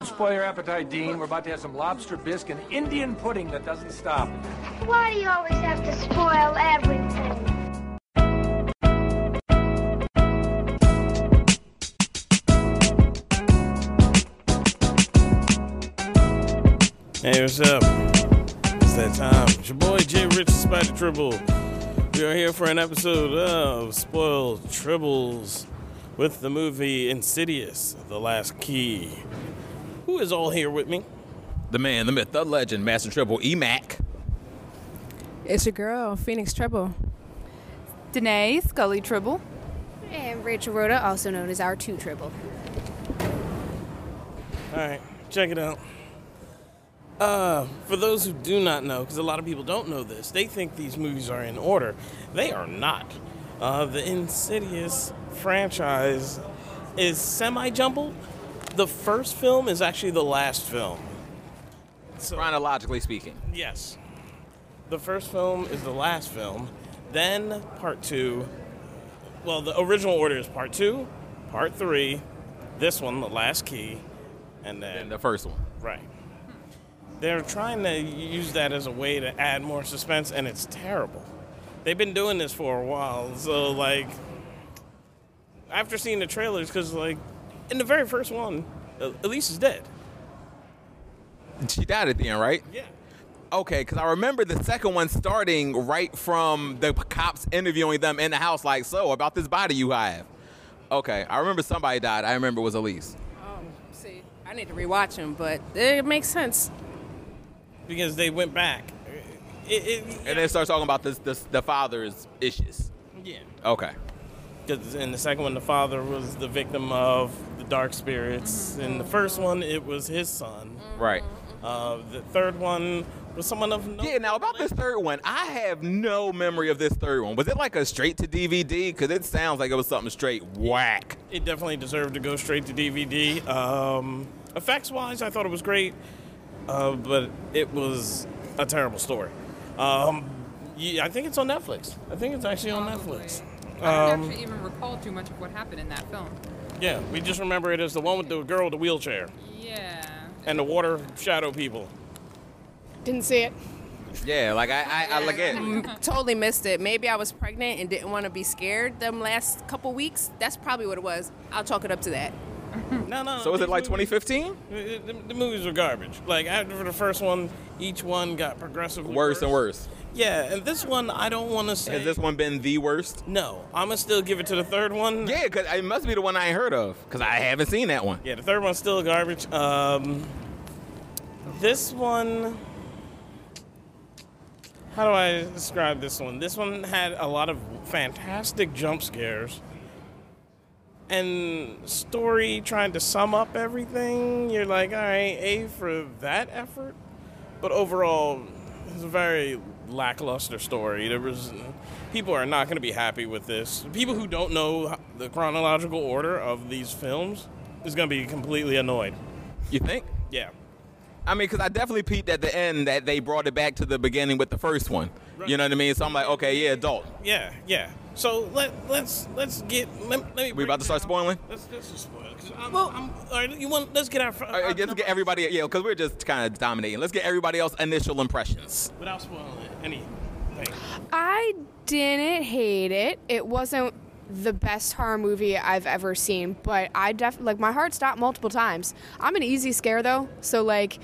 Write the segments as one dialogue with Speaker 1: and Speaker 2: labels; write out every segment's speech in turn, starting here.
Speaker 1: Don't spoil your appetite, Dean. We're about to have some lobster bisque and Indian pudding that doesn't stop.
Speaker 2: Why do you always have to spoil everything?
Speaker 3: Hey, what's up? It's that time. It's your boy Jay Rich, Spider Tribble. We are here for an episode of Spoiled Tribbles with the movie Insidious, The Last Key. Who is all here with me?
Speaker 4: The man, the myth, the legend, Master Triple Emac.
Speaker 5: It's your girl, Phoenix Treble.
Speaker 6: Danae Scully Tribble.
Speaker 7: And Rachel Rhoda, also known as our two triple.
Speaker 3: All right, check it out. Uh, for those who do not know, because a lot of people don't know this, they think these movies are in order. They are not. Uh, the Insidious franchise is semi jumbled. The first film is actually the last film. So,
Speaker 4: Chronologically speaking.
Speaker 3: yes. The first film is the last film. Then part two. Well, the original order is part two, part three, this one, the last key, and then
Speaker 4: And the first one.
Speaker 3: Right. They're trying to use that as a way to add more suspense, and it's terrible. They've been doing this for a while, so like, after seeing the trailers, because like, in the very first one, uh, Elise is dead.
Speaker 4: She died at the end, right?
Speaker 3: Yeah.
Speaker 4: Okay, because I remember the second one starting right from the cops interviewing them in the house, like, so, about this body you have. Okay, I remember somebody died. I remember it was Elise.
Speaker 5: Um, see, I need to rewatch him, but it makes sense.
Speaker 3: Because they went back. It, it,
Speaker 4: And then it starts talking about this, this the father's issues.
Speaker 3: yeah.
Speaker 4: Okay.
Speaker 3: Because in the second one, the father was the victim of the dark spirits. In the first one, it was his son.
Speaker 4: Right.
Speaker 3: Uh, the third one was someone of no.
Speaker 4: Yeah, now about this third one, I have no memory of this third one. Was it like a straight to DVD? Because it sounds like it was something straight whack.
Speaker 3: it definitely deserved to go straight to DVD. Um, effects wise, I thought it was great, uh, but it was a terrible story. Um, yeah, I think it's on Netflix. I think it's actually on Netflix.
Speaker 6: I don't actually even recall too much of what happened in that film.
Speaker 3: Yeah, we just remember it as the one with the girl with the wheelchair
Speaker 6: Yeah.
Speaker 3: and the water shadow people.
Speaker 8: Didn't see it.
Speaker 4: Yeah, like I, I, I like it.
Speaker 5: totally missed it. Maybe I was pregnant and didn't want to be scared them last couple weeks. That's probably what it was. I'll chalk it up to that.
Speaker 3: No, no.
Speaker 4: So was it
Speaker 3: these
Speaker 4: like
Speaker 3: movies-
Speaker 4: 2015?
Speaker 3: The, the- the movies were garbage. Like after the first one, each one got progressively
Speaker 4: Worse and worse.
Speaker 3: Yeah, and this one I don't want to say.
Speaker 4: Has this one been the worst?
Speaker 3: No, I'ma still give it to the third one.
Speaker 4: Yeah, because it must be the one I ain't heard of, because I haven't seen that one.
Speaker 3: Yeah, the third one's still garbage. Um, this one. How do I describe this one? This one had a lot of fantastic jump scares. And story trying to sum up everything. You're like, all right, A for that effort. But overall, it's a very lackluster story. There was people are not going to be happy with this. People who don't know h- the chronological order of these films is going to be completely annoyed.
Speaker 4: You think?
Speaker 3: Yeah.
Speaker 4: I mean, because I definitely peeped at the end that they brought it back to the beginning with the first one. You know what I mean? So I'm like, okay, yeah, adult.
Speaker 3: Yeah, yeah. So let let's let's get let, let me.
Speaker 4: We about to start spoiling?
Speaker 3: Let's, let's just spoil. it, 'cause I'm, I'm, all right, you want? Let's get our.
Speaker 4: All right, let's get everybody, yeah, because we're just kind of dominating. Let's get everybody else initial impressions.
Speaker 3: without spoiling it, anything.
Speaker 8: I didn't hate it. It wasn't the best horror movie I've ever seen, but I def like my heart stopped multiple times. I'm an easy scare though, so like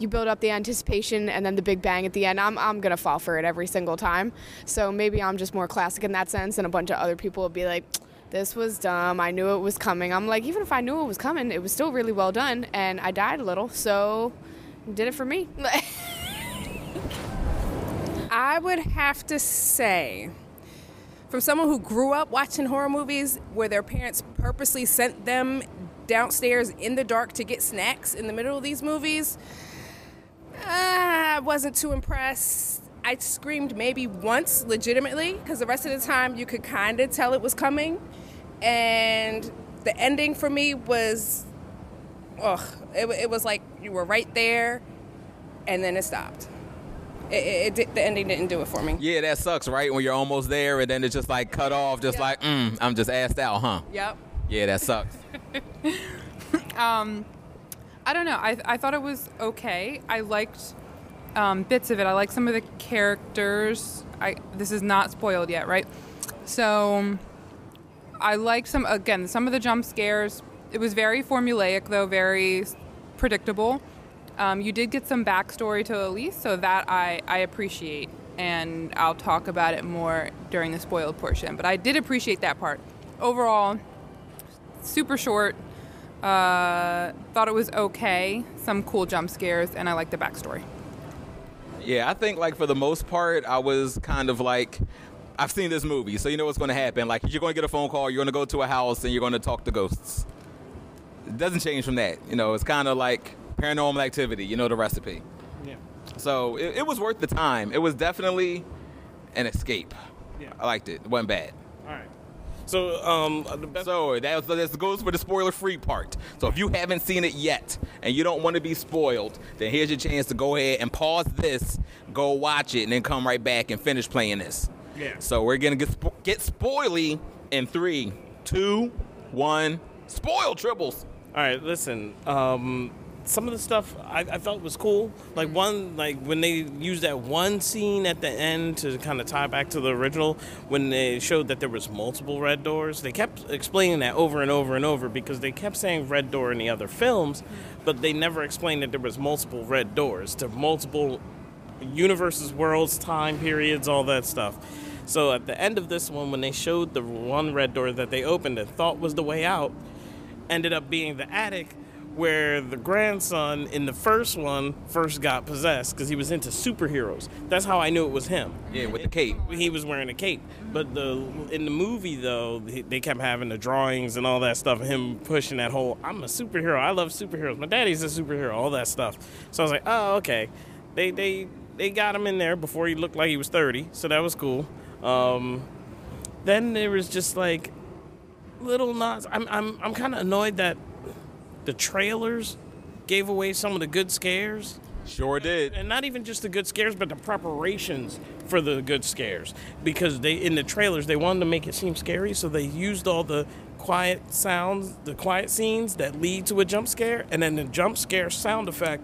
Speaker 8: you build up the anticipation and then the big bang at the end. I'm I'm gonna fall for it every single time. So maybe I'm just more classic in that sense, and a bunch of other people will be like. This was dumb. I knew it was coming. I'm like, even if I knew it was coming, it was still really well done, and I died a little, so did it for me.
Speaker 5: I would have to say, from someone who grew up watching horror movies where their parents purposely sent them downstairs in the dark to get snacks in the middle of these movies, uh, I wasn't too impressed. I screamed maybe once legitimately because the rest of the time you could kind of tell it was coming. And the ending for me was, ugh, it, wa- it was like you were right there and then it stopped. It, it, it, di- the ending didn't do it for me.
Speaker 4: Yeah, that sucks, right? When you're almost there and then it's just like cut off, just like, mm, I'm just assed out, huh?
Speaker 5: Yep.
Speaker 4: Yeah, that sucks.
Speaker 6: um, I don't know. I, I thought it was okay. I liked um, bits of it. I like some of the characters. I this is not spoiled yet, right? So um, I like some again some of the jump scares. It was very formulaic though, very s- predictable. Um, you did get some backstory to Elise, so that I, I appreciate, and I'll talk about it more during the spoiled portion. But I did appreciate that part. Overall, super short. Uh, thought it was okay. Some cool jump scares, and I like the backstory.
Speaker 4: Yeah, I think like for the most part, I was kind of like, I've seen this movie, so you know what's going to happen. Like you're going to get a phone call, you're going to go to a house, and you're going to talk to ghosts. It doesn't change from that. You know, it's kind of like paranormal activity. You know the recipe.
Speaker 3: Yeah.
Speaker 4: So it, it was worth the time. It was definitely an escape.
Speaker 3: Yeah.
Speaker 4: I liked it. It wasn't bad.
Speaker 3: All right. So um, the best.
Speaker 4: So that, was, that goes for the spoiler-free part. So if you haven't seen it yet and you don't want to be spoiled, then here's your chance to go ahead and pause this, go watch it, and then come right back and finish playing this.
Speaker 3: Yeah.
Speaker 4: So we're gonna get spo- get spoily in three, two, one. Spoil tribbles.
Speaker 3: All right, listen. Um, some of the stuff I, I thought was cool. Like one, like when they used that one scene at the end to kind of tie back to the original, when they showed that there was multiple red doors. They kept explaining that over and over and over because they kept saying red door in the other films, but they never explained that there was multiple red doors to multiple universes, worlds, time periods, all that stuff. So at the end of this one, when they showed the one red door that they opened and thought was the way out, ended up being the attic where the grandson in the first one first got possessed because he was into superheroes. That's how I knew it was him.
Speaker 4: Yeah, with the cape.
Speaker 3: He was wearing a cape, but the in the movie though he- they kept having the drawings and all that stuff. Him pushing that whole "I'm a superhero, I love superheroes, my daddy's a superhero," all that stuff. So I was like, oh okay, they they they got him in there before he looked like he was thirty, so that was cool. Um, then there was just like little nods. I'm I'm I'm kind of annoyed that the trailers gave away some of the good scares
Speaker 4: Sure did.
Speaker 3: and not even just the good scares, but the preparations for the good scares. Because they in the trailers they wanted to make it seem scary, so they used all the quiet sounds, the quiet scenes that lead to a jump scare, and then the jump scare sound effect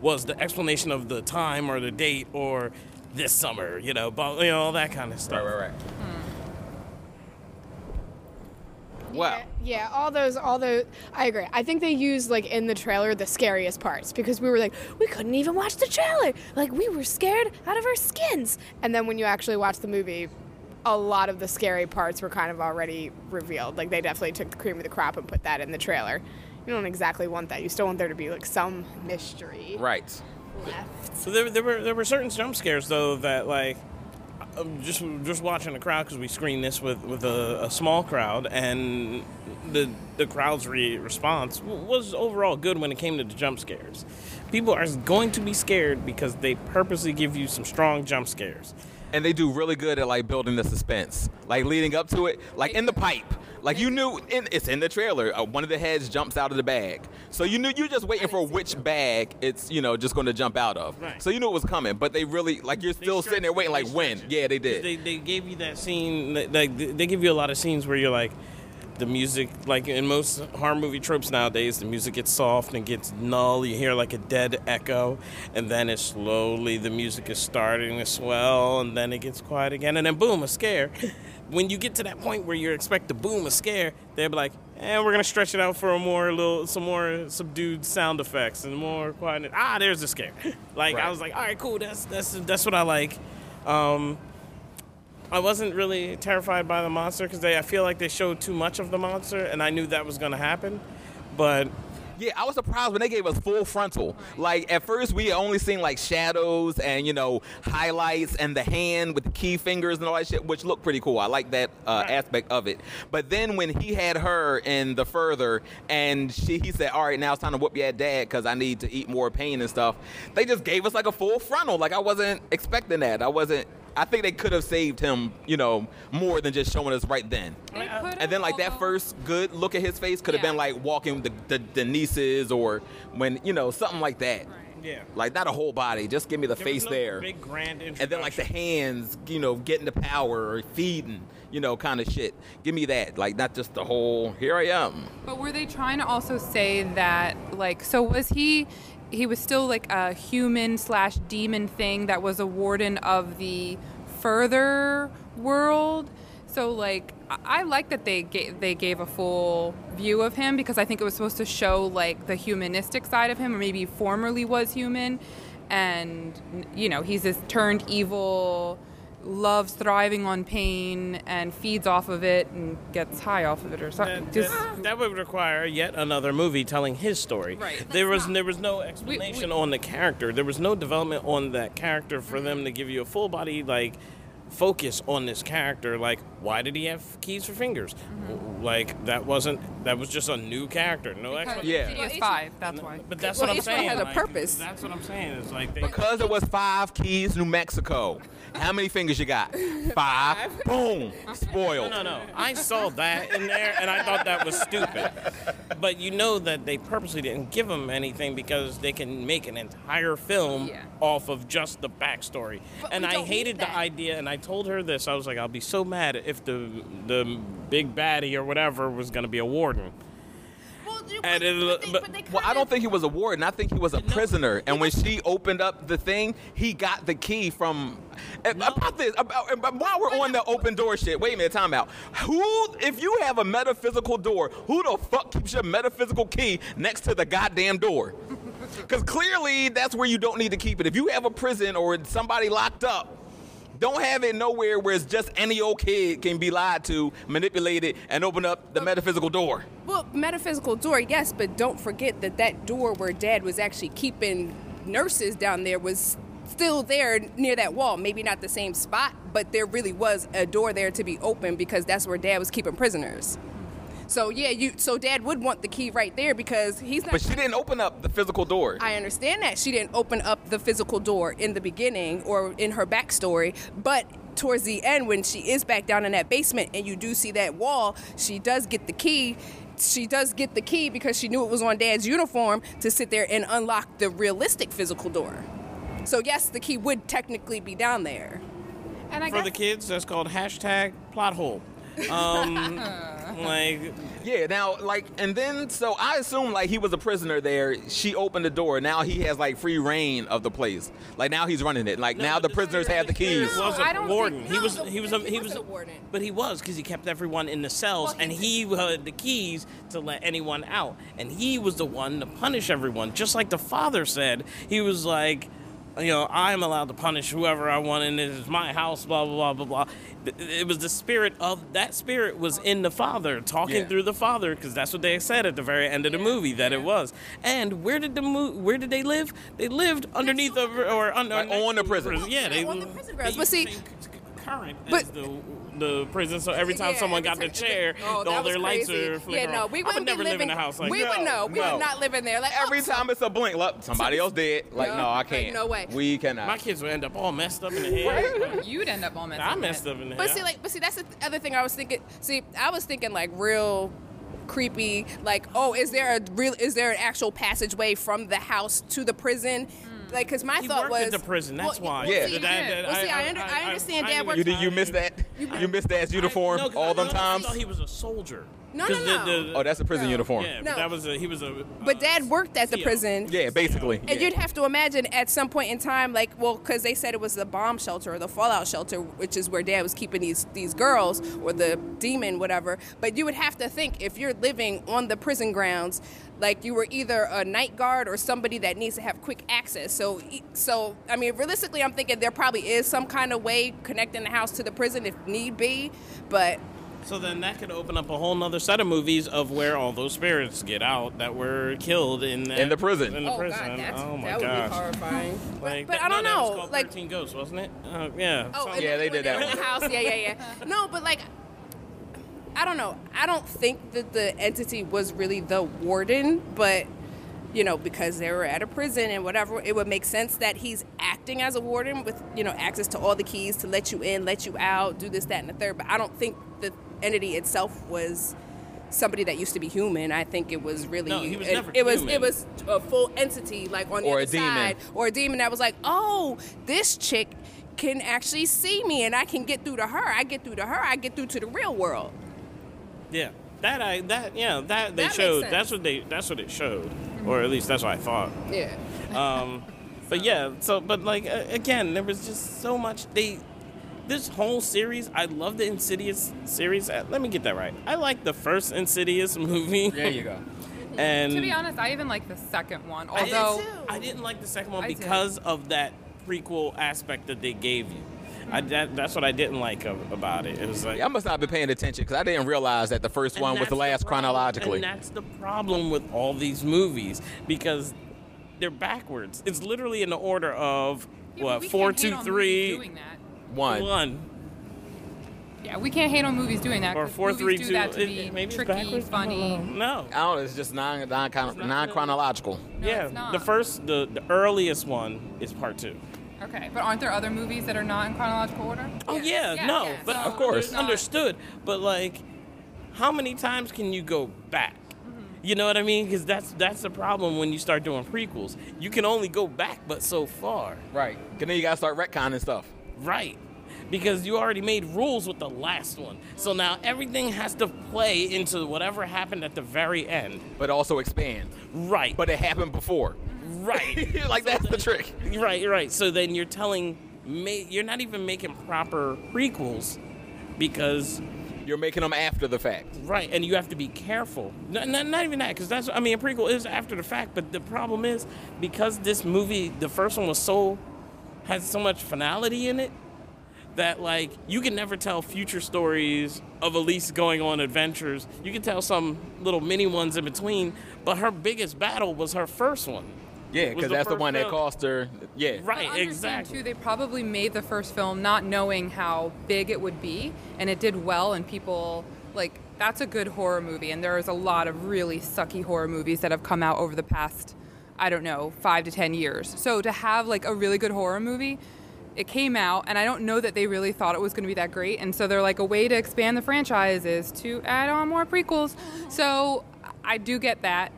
Speaker 3: was the explanation of the time or the date or this summer, you know, but, you know all that kind of stuff.
Speaker 4: Right, right, right. Wow.
Speaker 8: Yeah, all those, all those. I agree. I think they used like in the trailer the scariest parts because we were like, we couldn't even watch the trailer. Like we were scared out of our skins. And then when you actually watch the movie, a lot of the scary parts were kind of already revealed. Like they definitely took the cream of the crop and put that in the trailer. You don't exactly want that. You still want there to be like some mystery.
Speaker 4: Right.
Speaker 3: So there, there were there were certain jump scares though that like I'm just just watching the crowd because we screened this with with a, a small crowd and the the crowd's re- response w- was overall good when it came to the jump scares. People are going to be scared because they purposely give you some strong jump scares.
Speaker 4: and they do really good at like building the suspense, like leading up to it, like in the pipe. Like you knew, in, it's in the trailer. Uh, one of the heads jumps out of the bag, so you knew you're just waiting for which bag it's you know just going to jump out of.
Speaker 3: Right.
Speaker 4: So you knew it was coming, but they really like you're still sitting there waiting, like when? Yeah, they did.
Speaker 3: They, they gave you that scene, like like, they give you a lot of scenes where you're like, the music, like in most horror movie tropes nowadays, the music gets soft and gets null. You hear like a dead echo, and then it slowly the music is starting to swell, and then it gets quiet again, and then boom, a scare. When you get to that point where you expect the boom, a scare, they'll be like, and we're gonna stretch it out for a more little, some more subdued sound effects and more quiet. Ah, there's the scare. Like I
Speaker 4: Right.
Speaker 3: was like, all right, cool. That's that's that's what I like. Um, I wasn't really terrified by the monster because I feel like they showed too much of the monster, and I knew that was going to happen. But
Speaker 4: Yeah, I was surprised when they gave us full frontal. Like at first we had only seen like shadows and you know highlights and the hand with the key fingers and all that shit, which looked pretty cool. I like that uh, aspect of it. But then when he had her in the further and she he said, "All right, now it's time to whoop your dad because I need to eat more pain and stuff." They just gave us like a full frontal. Like I wasn't expecting that. I wasn't. I think they could have saved him, you know, more than just showing us right then. And then like that first good look at his face could have
Speaker 6: Yeah.
Speaker 4: been like walking the, the, the nieces or when you know something like that.
Speaker 6: Right.
Speaker 3: Yeah.
Speaker 4: Like not a whole body, just give me the
Speaker 3: There was
Speaker 4: face
Speaker 3: no
Speaker 4: there.
Speaker 3: Big grand introduction.
Speaker 4: and then like the hands, you know, getting the power or feeding, you know, kind of shit. Give me that, like not just the whole. Here I am.
Speaker 6: But were they trying to also say that, like, so was he? He was still like a human slash demon thing that was a warden of the further world. So like, I I like that they gave, they gave a full view of him because I think it was supposed to show like the humanistic side of him, or maybe formerly was human, and you know he's this turned evil, loves thriving on pain and feeds off of it and gets high off of it or something.
Speaker 3: That,
Speaker 6: Just-
Speaker 3: that, that would require yet another movie telling his story.
Speaker 6: Right.
Speaker 3: There was there was no explanation on the character. There was no development on that character for them to give you a full body like focus on this character. Like why did he have keys for fingers?
Speaker 6: Mm-hmm.
Speaker 3: Like that wasn't that was just a new character. No explanation.
Speaker 4: Yeah.
Speaker 6: Insidious five. That's why.
Speaker 3: But that's
Speaker 5: Well,
Speaker 3: what I'm
Speaker 5: each one
Speaker 3: saying.
Speaker 5: had a
Speaker 3: like,
Speaker 5: purpose.
Speaker 3: That's what I'm saying. It's like they,
Speaker 4: Because it was five keys, New Mexico. How many fingers you got? Five. Boom. Spoiled.
Speaker 3: No, no, no. I saw that in there and I thought that was stupid. But you know that they purposely didn't give them anything because they can make an entire film
Speaker 6: Yeah.
Speaker 3: off of just the backstory. and
Speaker 7: we
Speaker 3: I
Speaker 7: don't need
Speaker 3: hated the
Speaker 7: that.
Speaker 3: idea and I told her this. I was like, I'll be so mad if the the big baddie or whatever was going to be a warden.
Speaker 7: Well, you-
Speaker 3: And it- but-
Speaker 4: Well, I don't think he was a warden. I think he was a prisoner. And when she opened up the thing, he got the key from. and About this, about, and- but while we're on the open door shit, wait a minute, time out. Who, if you have a metaphysical door, who the fuck keeps your metaphysical key next to the goddamn door? Because clearly that's where you don't need to keep it. If you have a prison or somebody locked up, don't have it nowhere where it's just any old kid can be lied to, manipulated, and open up the metaphysical door.
Speaker 5: Well, metaphysical door, yes, but don't forget that that door where Dad was actually keeping nurses down there was still there near that wall. Maybe not the same spot, but there really was a door there to be open because that's where Dad was keeping prisoners. So yeah, you so Dad would want the key right there because he's not.
Speaker 4: But she didn't open up the physical door.
Speaker 5: I understand that she didn't open up the physical door in the beginning or in her backstory, but towards the end when she is back down in that basement and you do see that wall, she does get the key. She does get the key because she knew it was on dad's uniform to sit there and unlock the realistic physical door. So yes, the key would technically be down there.
Speaker 6: And I
Speaker 3: For the kids, that's called hashtag plot hole. Um, like,
Speaker 4: Yeah, now like and then so I assume like he was a prisoner there. She opened the door. Now he has like free reign of the place. Like now he's running it. Like now the prisoners have the keys.
Speaker 3: He was
Speaker 6: I
Speaker 3: a
Speaker 6: don't
Speaker 3: warden.
Speaker 6: think-
Speaker 3: he was
Speaker 5: no,
Speaker 3: he was a,
Speaker 5: he
Speaker 3: he
Speaker 5: was
Speaker 3: was
Speaker 5: a warden.
Speaker 3: But he was because he kept everyone in the cells, and he had the keys to let anyone out. And he was the one to punish everyone, just like the father said. He was like. You know, I'm allowed to punish whoever I want, and it is my house. Blah blah blah blah blah. Th- It was the spirit of that spirit was in the father, talking
Speaker 4: Yeah.
Speaker 3: through the father, because that's what they said at the very end of the movie that it was. And where did the mo- where did they live? They lived underneath the, or under
Speaker 4: Like,
Speaker 3: next
Speaker 4: on
Speaker 3: to
Speaker 4: the prison.
Speaker 3: Yeah, they
Speaker 5: on the prison grounds. But
Speaker 3: they
Speaker 5: see-
Speaker 3: c- c- current
Speaker 5: But-
Speaker 3: as the the prison. So every time
Speaker 5: Yeah,
Speaker 3: someone got
Speaker 5: every
Speaker 3: the
Speaker 5: time-
Speaker 3: chair,
Speaker 5: Oh, that
Speaker 3: all
Speaker 5: was
Speaker 3: their lights
Speaker 5: crazy.
Speaker 3: are flickering.
Speaker 5: Yeah, no,
Speaker 3: on.
Speaker 5: we
Speaker 3: I would
Speaker 5: wouldn't
Speaker 3: never
Speaker 5: be
Speaker 3: live
Speaker 5: living
Speaker 3: in a house like
Speaker 5: we
Speaker 3: that.
Speaker 5: would no, we
Speaker 4: no.
Speaker 5: would not live in there. Like
Speaker 4: Every
Speaker 5: oh, so-
Speaker 4: time it's a blink, look, somebody else did. Like, no,
Speaker 5: No,
Speaker 4: I
Speaker 5: like,
Speaker 4: can't.
Speaker 5: no way.
Speaker 4: We cannot.
Speaker 3: My kids would end up all messed up in the head.
Speaker 6: You'd end up all messed
Speaker 3: I
Speaker 6: up.
Speaker 3: messed up in the head.
Speaker 5: But see, like, but see, that's the th- other thing I was thinking. See, I was thinking like real creepy. Like, oh, is there a real? Is there an actual passageway from the house to the prison? Like, because my
Speaker 3: Hmm. He
Speaker 5: thought
Speaker 3: worked
Speaker 5: was
Speaker 3: at the prison, that's why.
Speaker 5: Well,
Speaker 4: Yeah.
Speaker 5: see,
Speaker 4: That-
Speaker 3: that-
Speaker 5: well, see,
Speaker 3: I-
Speaker 5: I, under-
Speaker 3: I-
Speaker 5: I
Speaker 3: I-
Speaker 5: understand
Speaker 3: I
Speaker 5: dad
Speaker 3: knew
Speaker 5: worked.
Speaker 4: you did you miss that? You missed dad's uniform
Speaker 3: No, 'cause
Speaker 4: all
Speaker 3: I
Speaker 4: them
Speaker 3: thought-
Speaker 4: times.
Speaker 3: I thought he was a soldier.
Speaker 5: No,
Speaker 3: 'Cause
Speaker 5: no,
Speaker 3: the-
Speaker 5: no.
Speaker 3: the-
Speaker 4: Oh, that's a prison uniform.
Speaker 3: yeah.
Speaker 5: No.
Speaker 3: But that was a, he was a.
Speaker 5: But
Speaker 3: uh,
Speaker 5: dad worked at the
Speaker 3: CO.
Speaker 5: prison.
Speaker 4: Yeah, basically.
Speaker 5: And
Speaker 4: yeah.
Speaker 5: you'd have to imagine at some point in time, like, well, because they said it was the bomb shelter or the fallout shelter, which is where dad was keeping these these girls or the demon, whatever. But you would have to think if you're living on the prison grounds, like you were either a night guard or somebody that needs to have quick access. So, e- so I mean, realistically, I'm thinking there probably is some kind of way connecting the house to the prison if need be, but.
Speaker 3: So then that could open up a whole nother set of movies of where all those spirits get out that were killed in that,
Speaker 4: In the prison.
Speaker 3: In the
Speaker 5: oh
Speaker 3: prison.
Speaker 5: God, that's,
Speaker 3: oh my
Speaker 5: that would
Speaker 3: gosh.
Speaker 5: be horrifying. But,
Speaker 3: Like,
Speaker 5: but
Speaker 3: that-
Speaker 5: I don't
Speaker 3: no, that was
Speaker 5: know,
Speaker 3: called
Speaker 5: like
Speaker 3: 13 Ghosts, wasn't it? Uh, yeah.
Speaker 5: Oh,
Speaker 3: something-
Speaker 5: and
Speaker 4: Yeah,
Speaker 5: then
Speaker 4: they
Speaker 5: when
Speaker 4: did that
Speaker 5: were in the house. Yeah, yeah, yeah. No, but like, I don't know. I don't think that the entity was really the warden, but you know, because they were at a prison and whatever, it would make sense that he's acting as a warden with you know access to all the keys to let you in, let you out, do this, that, and the third. But I don't think the entity itself was somebody that used to be human. I think it was really
Speaker 3: No, he was
Speaker 5: it,
Speaker 3: never
Speaker 5: it was
Speaker 3: human.
Speaker 5: it was a full entity like on the
Speaker 4: Or
Speaker 5: other
Speaker 4: a demon.
Speaker 5: side or a demon that was like, "Oh, this chick can actually see me and I can get through to her. I get through to her. I get through to the real world."
Speaker 3: Yeah, that I that yeah that they
Speaker 5: That makes
Speaker 3: showed.
Speaker 5: sense.
Speaker 3: That's what they that's what it showed, or at least that's what I thought.
Speaker 5: Yeah.
Speaker 3: Um, but yeah, so but like uh, again, there was just so much they. This whole series, I love the Insidious series. Uh, Let me get that right. I like the first Insidious movie.
Speaker 9: There you go.
Speaker 3: And
Speaker 6: To be honest, I even like the second one.
Speaker 3: I didn't-
Speaker 6: Although
Speaker 3: I didn't like the second one
Speaker 6: I did.
Speaker 3: because of that prequel aspect that they gave you. I,
Speaker 5: Mm-hmm.
Speaker 3: that, that's what I didn't like of, about it. It was like
Speaker 4: I must not be paying attention because I didn't realize that the first
Speaker 3: And
Speaker 4: one was
Speaker 3: that's
Speaker 4: the last
Speaker 3: problem-
Speaker 4: chronologically.
Speaker 3: And that's the problem with all these movies because they're backwards. It's literally in the order of
Speaker 6: Yeah, but
Speaker 3: what
Speaker 6: we
Speaker 3: four,
Speaker 6: can't hate
Speaker 3: two,
Speaker 6: on movies
Speaker 3: three,
Speaker 6: doing that.
Speaker 4: One.
Speaker 3: one,
Speaker 6: Yeah, we can't hate on movies doing that.
Speaker 3: or
Speaker 6: 'cause
Speaker 3: four,
Speaker 6: movies
Speaker 3: three,
Speaker 6: do
Speaker 3: two.
Speaker 6: That to
Speaker 3: It-
Speaker 6: be
Speaker 3: it- maybe
Speaker 6: tricky,
Speaker 3: it's backwards.
Speaker 6: funny.
Speaker 3: No.
Speaker 4: I don't know. It's just non non
Speaker 3: not-
Speaker 4: non chronological.
Speaker 3: yeah,
Speaker 6: it's not.
Speaker 3: the first, the, the earliest one is part two.
Speaker 6: Okay, but aren't there other movies that are not in chronological order?
Speaker 3: Oh yeah,
Speaker 6: Yeah,
Speaker 3: no,
Speaker 6: yeah.
Speaker 3: but
Speaker 6: So
Speaker 3: of course,
Speaker 6: it's not-
Speaker 3: understood. But like, how many times can you go back?
Speaker 6: Mm-hmm.
Speaker 3: You know what I mean? Because that's that's the problem when you start doing prequels. You can only go back but so far.
Speaker 4: Right. Because then you got to start retconning stuff.
Speaker 3: Right. Because you already made rules with the last one. So now everything has to play into whatever happened at the very end.
Speaker 4: But also expand.
Speaker 3: Right.
Speaker 4: But it happened before.
Speaker 3: right.
Speaker 4: like, that's the trick.
Speaker 3: right, right. So then you're telling ma- you're not even making proper prequels because
Speaker 4: You're making them after the fact.
Speaker 3: right and you have to be careful no, no, not even that because that's i mean a prequel is after the fact but the problem is because this movie the first one was so has so much finality in it that like you can never tell future stories of elise going on adventures you can tell some little mini ones in between but her biggest battle was her first one
Speaker 4: Yeah,
Speaker 3: Was
Speaker 4: because
Speaker 3: the
Speaker 4: that's the
Speaker 3: first
Speaker 4: one
Speaker 3: film.
Speaker 4: that cost her. Yeah.
Speaker 6: I
Speaker 3: right
Speaker 6: understand,
Speaker 3: exactly
Speaker 6: Too, they probably made the first film not knowing how big it would be, and it did well, and people like that's a good horror movie. And there is a lot of really sucky horror movies that have come out over the past, I don't know, five to ten years. So to have like a really good horror movie. It came out, and I don't know that they really thought it was going to be that great. And so they're like, a way to expand the franchise is to add on more prequels. So I do get that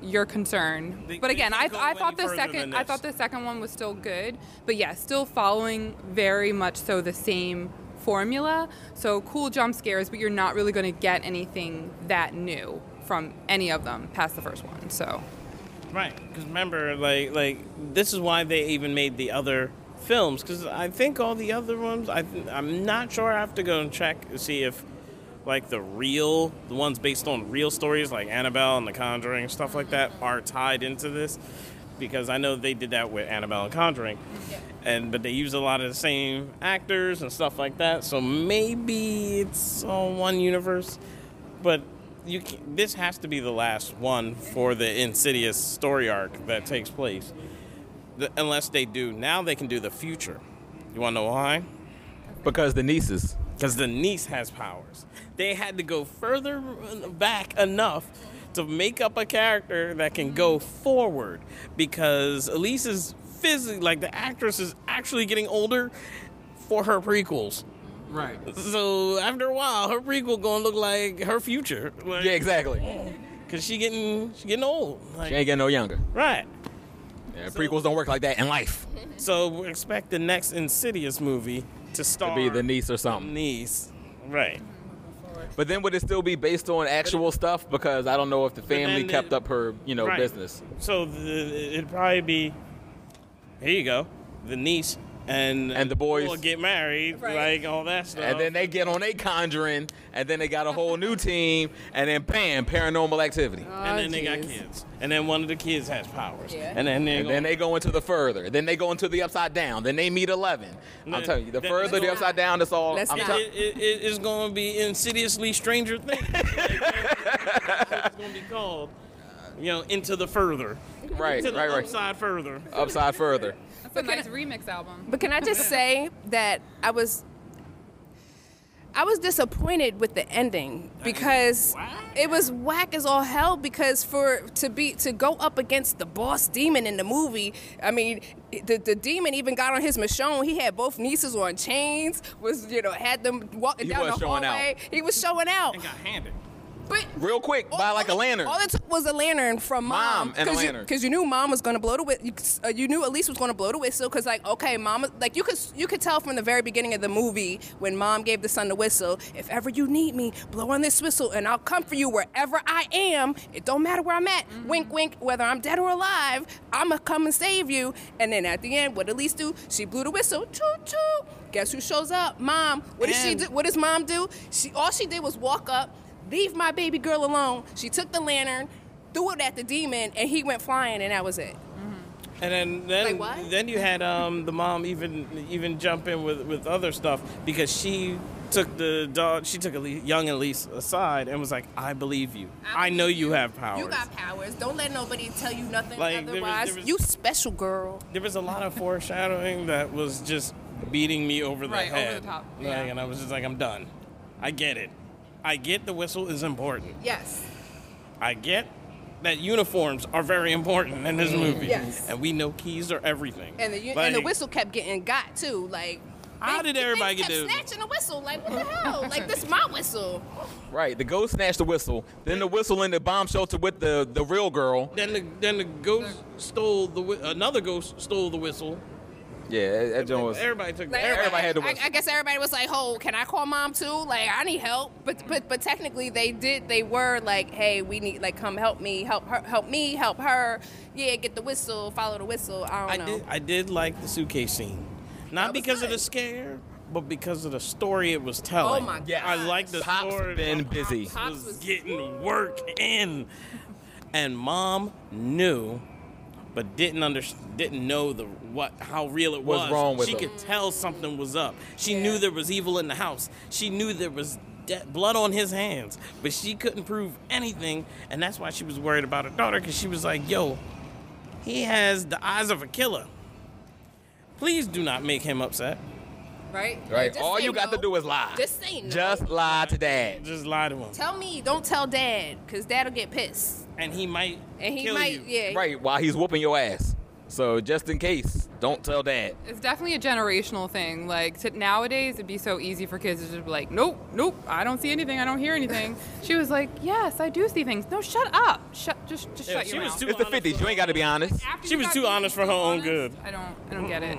Speaker 6: your concern,
Speaker 3: They-
Speaker 6: but
Speaker 3: they
Speaker 6: again, I,
Speaker 3: can't go
Speaker 6: I
Speaker 3: any
Speaker 6: thought the
Speaker 3: further
Speaker 6: second
Speaker 3: than
Speaker 6: I
Speaker 3: this.
Speaker 6: thought the second one was still good, but yeah, still following very much so the same formula. So cool jump scares, but you're not really going to get anything that new from any of them past the first one. So
Speaker 3: Right, because remember, like, like this is why they even made the other films. Because I think all the other ones, I th- I'm not sure. I have to go and check to see if, like, the real, the ones based on real stories, like Annabelle and The Conjuring, stuff like that, are tied into this. Because I know they did that with Annabelle and Conjuring, and but they used a lot of the same actors and stuff like that. So maybe it's all one universe but you ca this has to be the last one for the insidious story arc that takes place The- unless they do now they can do the future you want to know why
Speaker 4: Because the nieces.
Speaker 3: because the niece has powers they had to go further back enough to make up a character that can go forward because elise is physically like the actress is actually getting older for her prequels
Speaker 9: Right.
Speaker 3: so after a while her prequel gonna look like her future Like-
Speaker 4: Yeah, exactly.
Speaker 3: Cause she getting she getting old. Like,
Speaker 4: She ain't getting no younger.
Speaker 3: right.
Speaker 4: Yeah, prequels don't work like that in life.
Speaker 3: So we expect the next Insidious movie to
Speaker 4: To
Speaker 3: star
Speaker 4: be the niece or something.
Speaker 3: niece. Right.
Speaker 4: But then would it still be based on actual stuff? Because I don't know if the family
Speaker 3: then the-
Speaker 4: kept up her, you know,
Speaker 3: right.
Speaker 4: business.
Speaker 3: So the, it'd probably be here you go, the niece and
Speaker 4: And the boys.
Speaker 3: will get married,
Speaker 5: Right.
Speaker 3: like all that stuff.
Speaker 4: And then they get on a conjuring, and then they got a whole new team, and then bam, paranormal activity.
Speaker 3: and then they got
Speaker 5: jeez.
Speaker 3: kids. And then one of the kids has powers.
Speaker 5: Yeah.
Speaker 3: And then they
Speaker 4: And then they go into the further. Then they go into the upside down. Then they meet eleven. I'm
Speaker 3: No,
Speaker 4: telling you, the
Speaker 3: that-
Speaker 4: further the
Speaker 3: let's
Speaker 4: upside down, it's all.
Speaker 5: Let's
Speaker 4: I'm
Speaker 5: not.
Speaker 4: tell-
Speaker 3: it, it, it- it's gonna be insidiously Stranger Things. it's gonna be called, you know, into the further,
Speaker 4: right,
Speaker 3: to the
Speaker 4: right, right.
Speaker 3: upside further.
Speaker 4: Upside further.
Speaker 6: that's a nice remix album.
Speaker 5: But can I just say that I was I was disappointed with the ending because it was whack as all hell because for to be to go up against the boss demon in the movie, I mean the, the demon even got on his machine. He had both nieces on chains, was you know, had them walking
Speaker 4: He
Speaker 5: down
Speaker 4: was
Speaker 5: the
Speaker 4: showing out.
Speaker 5: hallway. He was showing out.
Speaker 3: and got handed.
Speaker 5: But
Speaker 4: Real quick,
Speaker 3: Oh,
Speaker 5: all-
Speaker 4: buy like a
Speaker 5: all it-
Speaker 4: lantern.
Speaker 5: All it took was a lantern from
Speaker 4: Mom
Speaker 5: mom,
Speaker 4: and a
Speaker 5: because
Speaker 4: lantern.
Speaker 5: you, knew mom was going to blow the whistle. You, uh, you knew Elise was going to blow the whistle because like okay, mom like you could you could tell from the very beginning of the movie when mom gave the son the whistle. If ever you need me, blow on this whistle and I'll come for you wherever I am. It don't matter where I'm at.
Speaker 4: Mm-hmm.
Speaker 5: Wink, wink. Whether I'm dead or alive, I'ma come and save you. And then at the end, what Elise do? She blew the whistle. Toot toot. Guess who shows up? Mom. What did she
Speaker 3: And-
Speaker 5: do? What does mom do? She all she did was walk up, leave my baby girl alone. She took the lantern, threw it at the demon, and he went flying, and that was it.
Speaker 3: And then then,
Speaker 5: Like what?
Speaker 3: then you had um, the mom even even jump in with, with other stuff because she took the dog she took Elise, young Elise aside and was like, I believe you. I, know you, have powers.
Speaker 5: You got powers. Don't let nobody tell you nothing
Speaker 3: Like, there was-
Speaker 5: otherwise.
Speaker 3: there was-
Speaker 5: You special girl.
Speaker 3: there was a lot of foreshadowing that was just beating me over the
Speaker 6: Right, over the
Speaker 3: head.
Speaker 6: top,
Speaker 3: Like,
Speaker 6: yeah.
Speaker 3: and I was just like, I'm done. I get it. I get the whistle is important.
Speaker 5: Yes.
Speaker 3: I get that uniforms are very important in this movie.
Speaker 5: Mm. Yes.
Speaker 3: And we know keys are everything.
Speaker 5: And the u-
Speaker 3: Like,
Speaker 5: and the whistle kept getting got too. Like
Speaker 3: How did
Speaker 5: they
Speaker 3: everybody
Speaker 5: kept
Speaker 3: get to-
Speaker 5: snatching the whistle? Like what the hell? like this my whistle.
Speaker 4: Right. The ghost snatched the whistle. Then the whistle in the bomb shelter with the, the real girl.
Speaker 3: Then the then the ghost stole the whi- another ghost stole the whistle.
Speaker 4: Yeah, that, that joint was.
Speaker 3: Everybody took
Speaker 5: Like,
Speaker 3: everybody.
Speaker 4: everybody had the
Speaker 5: I-
Speaker 4: whistle.
Speaker 5: I, guess everybody was like, "Oh, can I call mom too? Like, I need help." But but but technically, they did. They were like, "Hey, we need like come help me, help her, help me, help her." Yeah, get the whistle, follow the whistle. I
Speaker 3: I
Speaker 5: don't know.
Speaker 3: did I did like the suitcase scene, not
Speaker 5: That was
Speaker 3: because of the
Speaker 5: nice.
Speaker 3: scare, but because of the story it was telling.
Speaker 5: Oh my
Speaker 4: Yes.
Speaker 3: I like the
Speaker 4: Pop's
Speaker 3: story.
Speaker 4: been
Speaker 3: Pop
Speaker 4: busy.
Speaker 5: Pops
Speaker 3: was
Speaker 5: was-
Speaker 3: getting work in, and Mom knew, but didn't under, didn't know the what how real it
Speaker 4: What's
Speaker 3: was.
Speaker 4: wrong with
Speaker 3: she
Speaker 4: it.
Speaker 3: could tell something was up. She knew there was evil in the house. She knew there was. De- blood on his hands, but she couldn't prove anything, and that's why she was worried about her daughter because she was like, Yo, he has the eyes of a killer. Please do not make him upset.
Speaker 5: right?
Speaker 4: Right.
Speaker 5: Just
Speaker 4: All
Speaker 5: say
Speaker 4: you got
Speaker 5: no.
Speaker 4: to do is lie.
Speaker 5: Just say no.
Speaker 4: Just lie to dad.
Speaker 3: Just lie to him,
Speaker 5: tell me. Don't tell dad, cause dad'll get pissed,
Speaker 3: and he might
Speaker 5: and he
Speaker 3: kill
Speaker 5: might.
Speaker 3: you.
Speaker 5: Yeah.
Speaker 4: Right. While he's whooping your ass. So just in case, don't tell dad.
Speaker 6: It's definitely a generational thing. Like to, nowadays, it'd be so easy for kids to just be like, "Nope, nope, I don't see anything, I don't hear anything." she was like, "Yes, I do see things. No, shut up. Shut, just, just
Speaker 3: Yeah,
Speaker 6: shut
Speaker 3: she
Speaker 6: your
Speaker 3: was
Speaker 6: mouth."
Speaker 3: too-
Speaker 4: It's the 50s. You ain't got to be honest.
Speaker 6: After
Speaker 3: she
Speaker 6: you
Speaker 3: was
Speaker 6: got
Speaker 3: too
Speaker 6: beat,
Speaker 3: honest for her
Speaker 6: too
Speaker 3: own
Speaker 6: honest?
Speaker 3: good.
Speaker 6: I don't, I don't get it.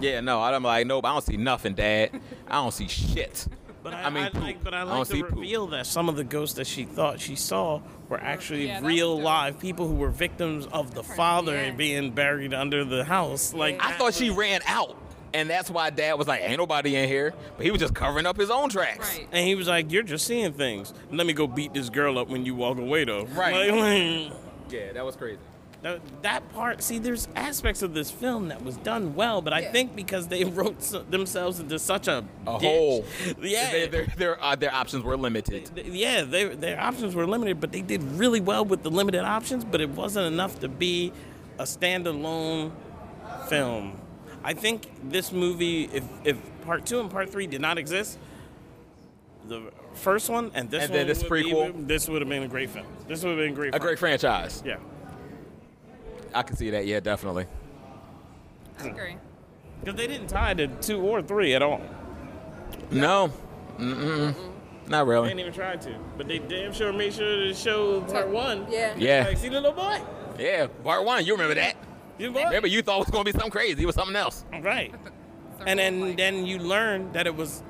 Speaker 4: Yeah, no, I'm like, nope, I don't see nothing, Dad. I don't see shit.
Speaker 3: But I,
Speaker 4: I mean,
Speaker 3: I
Speaker 4: poop.
Speaker 3: like, but I
Speaker 4: I
Speaker 3: like
Speaker 4: don't see
Speaker 3: the
Speaker 4: poop.
Speaker 3: reveal that some of the ghosts that she thought she saw were actually
Speaker 6: Yeah, that
Speaker 3: real
Speaker 6: was dope.
Speaker 3: live people who were victims of the father
Speaker 5: yeah.
Speaker 3: being buried under the house. Like
Speaker 4: I
Speaker 3: that
Speaker 4: thought
Speaker 3: was-
Speaker 4: she ran out, and that's why Dad was like, ain't nobody in here. But he was just covering up his own tracks.
Speaker 6: Right.
Speaker 3: And he was like, "You're just seeing things. Let me go beat this girl up when you walk away, though."
Speaker 4: Right.
Speaker 3: Like,
Speaker 4: Yeah, that was crazy.
Speaker 3: That, that part, see, there's aspects of this film that was done well, but I
Speaker 5: Yeah.
Speaker 3: think because they wrote s themselves into such a,
Speaker 4: A
Speaker 3: ditch-
Speaker 4: hole.
Speaker 3: yeah,
Speaker 4: They- their, their, uh, their options were limited.
Speaker 3: th- yeah, they, their options were limited, but they did really well with the limited options, but it wasn't enough to be a standalone film. I think this movie, if if part two and part three did not exist, the first one and this
Speaker 4: And
Speaker 3: one,
Speaker 4: then this
Speaker 3: would be-
Speaker 4: prequel.
Speaker 3: this would have been a great film. This would have been a great,
Speaker 4: A great franchise.
Speaker 3: yeah.
Speaker 4: I can see that, yeah, definitely.
Speaker 6: I agree.
Speaker 3: Because they didn't tie to two or three at all.
Speaker 4: No. Mm-mm. Not
Speaker 3: They
Speaker 4: really.
Speaker 3: didn't even try to. But they damn sure made sure to show part one.
Speaker 5: Yeah.
Speaker 4: Yeah.
Speaker 3: Like, see the little boy?
Speaker 4: Yeah, part one, you remember that.
Speaker 3: You boy?
Speaker 4: Remember, you thought it was going to be something crazy. It was something else.
Speaker 3: Right. And then, then you learn that it was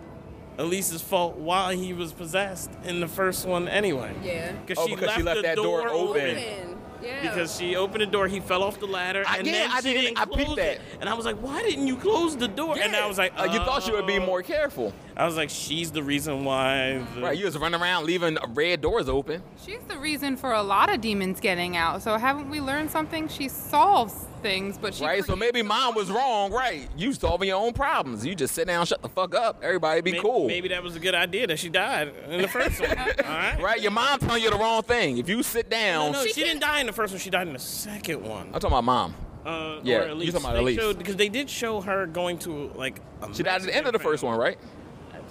Speaker 3: Elise's fault while he was possessed in the first one anyway.
Speaker 5: Yeah.
Speaker 4: Oh, because she left that door open.
Speaker 5: Open. Yeah.
Speaker 3: Because she opened the door, he fell off the ladder,
Speaker 4: I-
Speaker 3: and
Speaker 4: yeah,
Speaker 3: then
Speaker 4: I
Speaker 3: she
Speaker 4: didn't-
Speaker 3: didn't
Speaker 4: I
Speaker 3: close
Speaker 4: peeped
Speaker 3: it. And I was like, "Why didn't you close the door?" And I was like,
Speaker 4: Uh, you thought she would be
Speaker 3: "Oh."
Speaker 4: more careful.
Speaker 3: I was like, "She's the reason why." The,
Speaker 4: Right, you just run around leaving red doors open.
Speaker 6: She's the reason for a lot of demons getting out. So haven't we learned something? She solves things, but she
Speaker 4: Right, so
Speaker 6: creates-
Speaker 4: maybe mom was wrong. Right, you solving your own problems. You just sit down, shut the fuck up. Everybody be
Speaker 3: May-
Speaker 4: cool.
Speaker 3: Maybe that was a good idea that she died in the first one. All right.
Speaker 4: Right, your mom telling you the wrong thing. If you sit
Speaker 3: No,
Speaker 4: down,
Speaker 3: no, she, didn't die in the first one. She died in the second one.
Speaker 4: I'm talking about mom.
Speaker 3: Uh,
Speaker 4: yeah,
Speaker 3: or
Speaker 4: you
Speaker 3: at least
Speaker 4: talking about
Speaker 3: they
Speaker 4: Elise.
Speaker 3: showed because they did show her going to like. A
Speaker 4: She died at the end of the
Speaker 3: Mexican
Speaker 4: first one, right?
Speaker 3: family.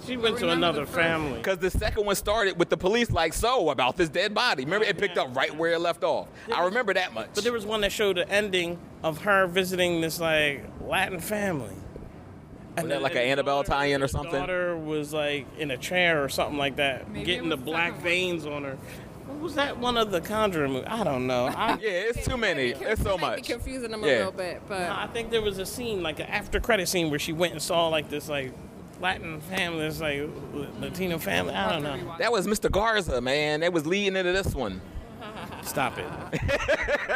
Speaker 3: She went to
Speaker 6: Remember
Speaker 3: another
Speaker 6: the first-
Speaker 3: family.
Speaker 4: Because the second one started with the police like, so about this dead body. Remember, it picked up right where it left off. I remember that much.
Speaker 3: But there was one that showed the ending of her visiting this like Latin family,
Speaker 4: Wasn't that like an Annabelle tie-in or something?
Speaker 3: The daughter was like in a chair or something like that,
Speaker 6: Maybe it
Speaker 3: getting the
Speaker 6: was the
Speaker 3: black
Speaker 6: second one.
Speaker 3: veins on her. What was that one of the Conjuring movies? I don't know. I,
Speaker 4: Yeah, it's too many. It's so
Speaker 5: might be
Speaker 4: much.
Speaker 5: confusing them a
Speaker 4: Yeah.
Speaker 5: little bit, but
Speaker 3: I think there was a scene, like an after credit scene, where she went and saw like this like Latin family, this like Latino family. I don't know.
Speaker 4: That was Mr. Garza, man. That was leading into this one.
Speaker 3: Stop it.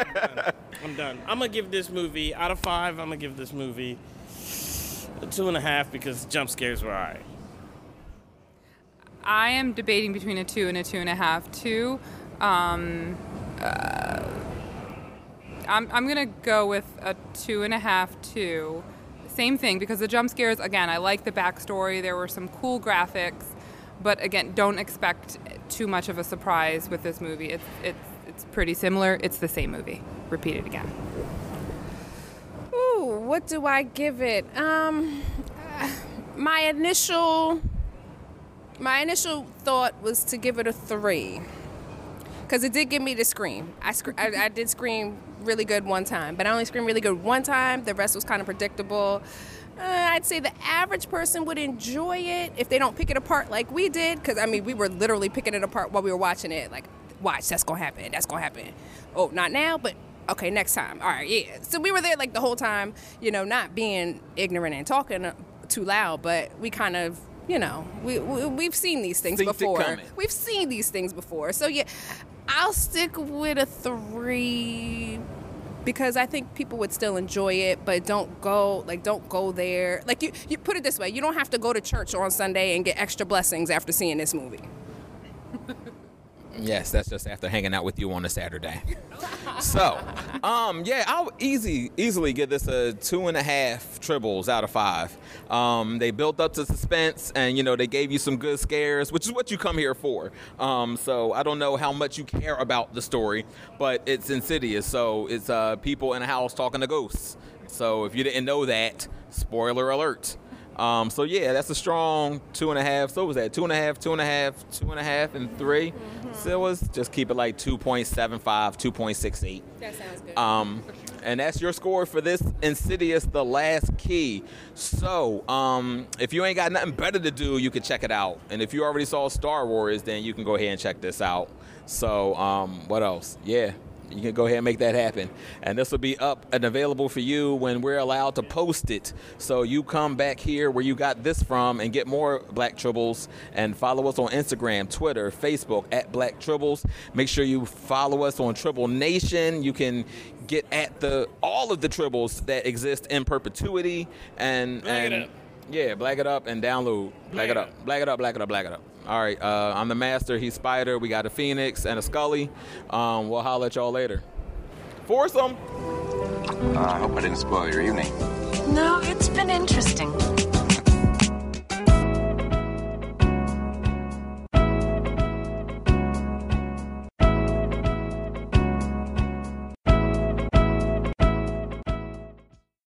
Speaker 3: I'm done. I'm gonna give this movie out of five. I'm gonna give this movie a two and a half because jump scares were alright.
Speaker 6: I am debating between a two and a two and a half. Two, um, uh, I'm, I'm gonna go with a two and a half. Two, same thing because the jump scares again. I like the backstory. There were some cool graphics, but again, don't expect too much of a surprise with this movie. It's it's it's pretty similar. It's the same movie. Repeat it again.
Speaker 5: ooh, what do I give it? Um, my initial, my initial thought was to give it a three, because it did give me the scream. I, scr- I I did scream really good one time, but I only screamed really good one time. The rest was kind of predictable. Uh, I'd say the average person would enjoy it if they don't pick it apart like we did, because I mean we were literally picking it apart while we were watching it. Like, watch, that's gonna happen. That's gonna happen. Oh, not now, but okay, next time. All right, yeah. So we were there like the whole time, you know, not being ignorant and talking uh, too loud, but we kind of, you know, we, we we've seen these things
Speaker 4: Seen it
Speaker 5: before.
Speaker 4: coming.
Speaker 5: We've seen these things before. So yeah, I'll stick with a three because I think people would still enjoy it, but don't go like don't go there. Like you, you put it this way, you don't have to go to church on Sunday and get extra blessings after seeing this movie.
Speaker 4: Yes, that's just after hanging out with you on a Saturday. so, um, yeah, I'll easy easily give this a two and a half tribbles out of five. Um, they built up to suspense, and you know they gave you some good scares, which is what you come here for. Um, so I don't know how much you care about the story, but it's insidious. So it's uh, people in a house talking to ghosts. So if you didn't know that, spoiler alert. Um, so yeah, that's a strong two and a half. So what was that two and a half, two and a half, two and a half, and 3 So it was just keep it like 2.75, 2.68.
Speaker 5: That sounds good.
Speaker 4: Um, and that's your score for this Insidious: The Last Key. So um, if you ain't got nothing better to do, you can check it out. And if you already saw Star Wars, then you can go ahead and check this out. So um, what else? Yeah. You can go ahead and make that happen. And this will be up and available for you when we're allowed to post it. So you come back here where you got this from and get more Black Tribbles and follow us on Instagram, Twitter, Facebook at Black Tribbles. Make sure you follow us on Tribble Nation. You can get at the all of the tribbles that exist in perpetuity and
Speaker 3: Black it
Speaker 4: and
Speaker 3: up.
Speaker 4: yeah, black it up and download. Black, it up. Black it up, black it up, black it up. All right, uh, I'm the master, he's Spider. We got a Phoenix and a Scully. Um, we'll holler at y'all later. Foursome.
Speaker 9: I hope I didn't spoil your evening.
Speaker 10: No, it's been interesting.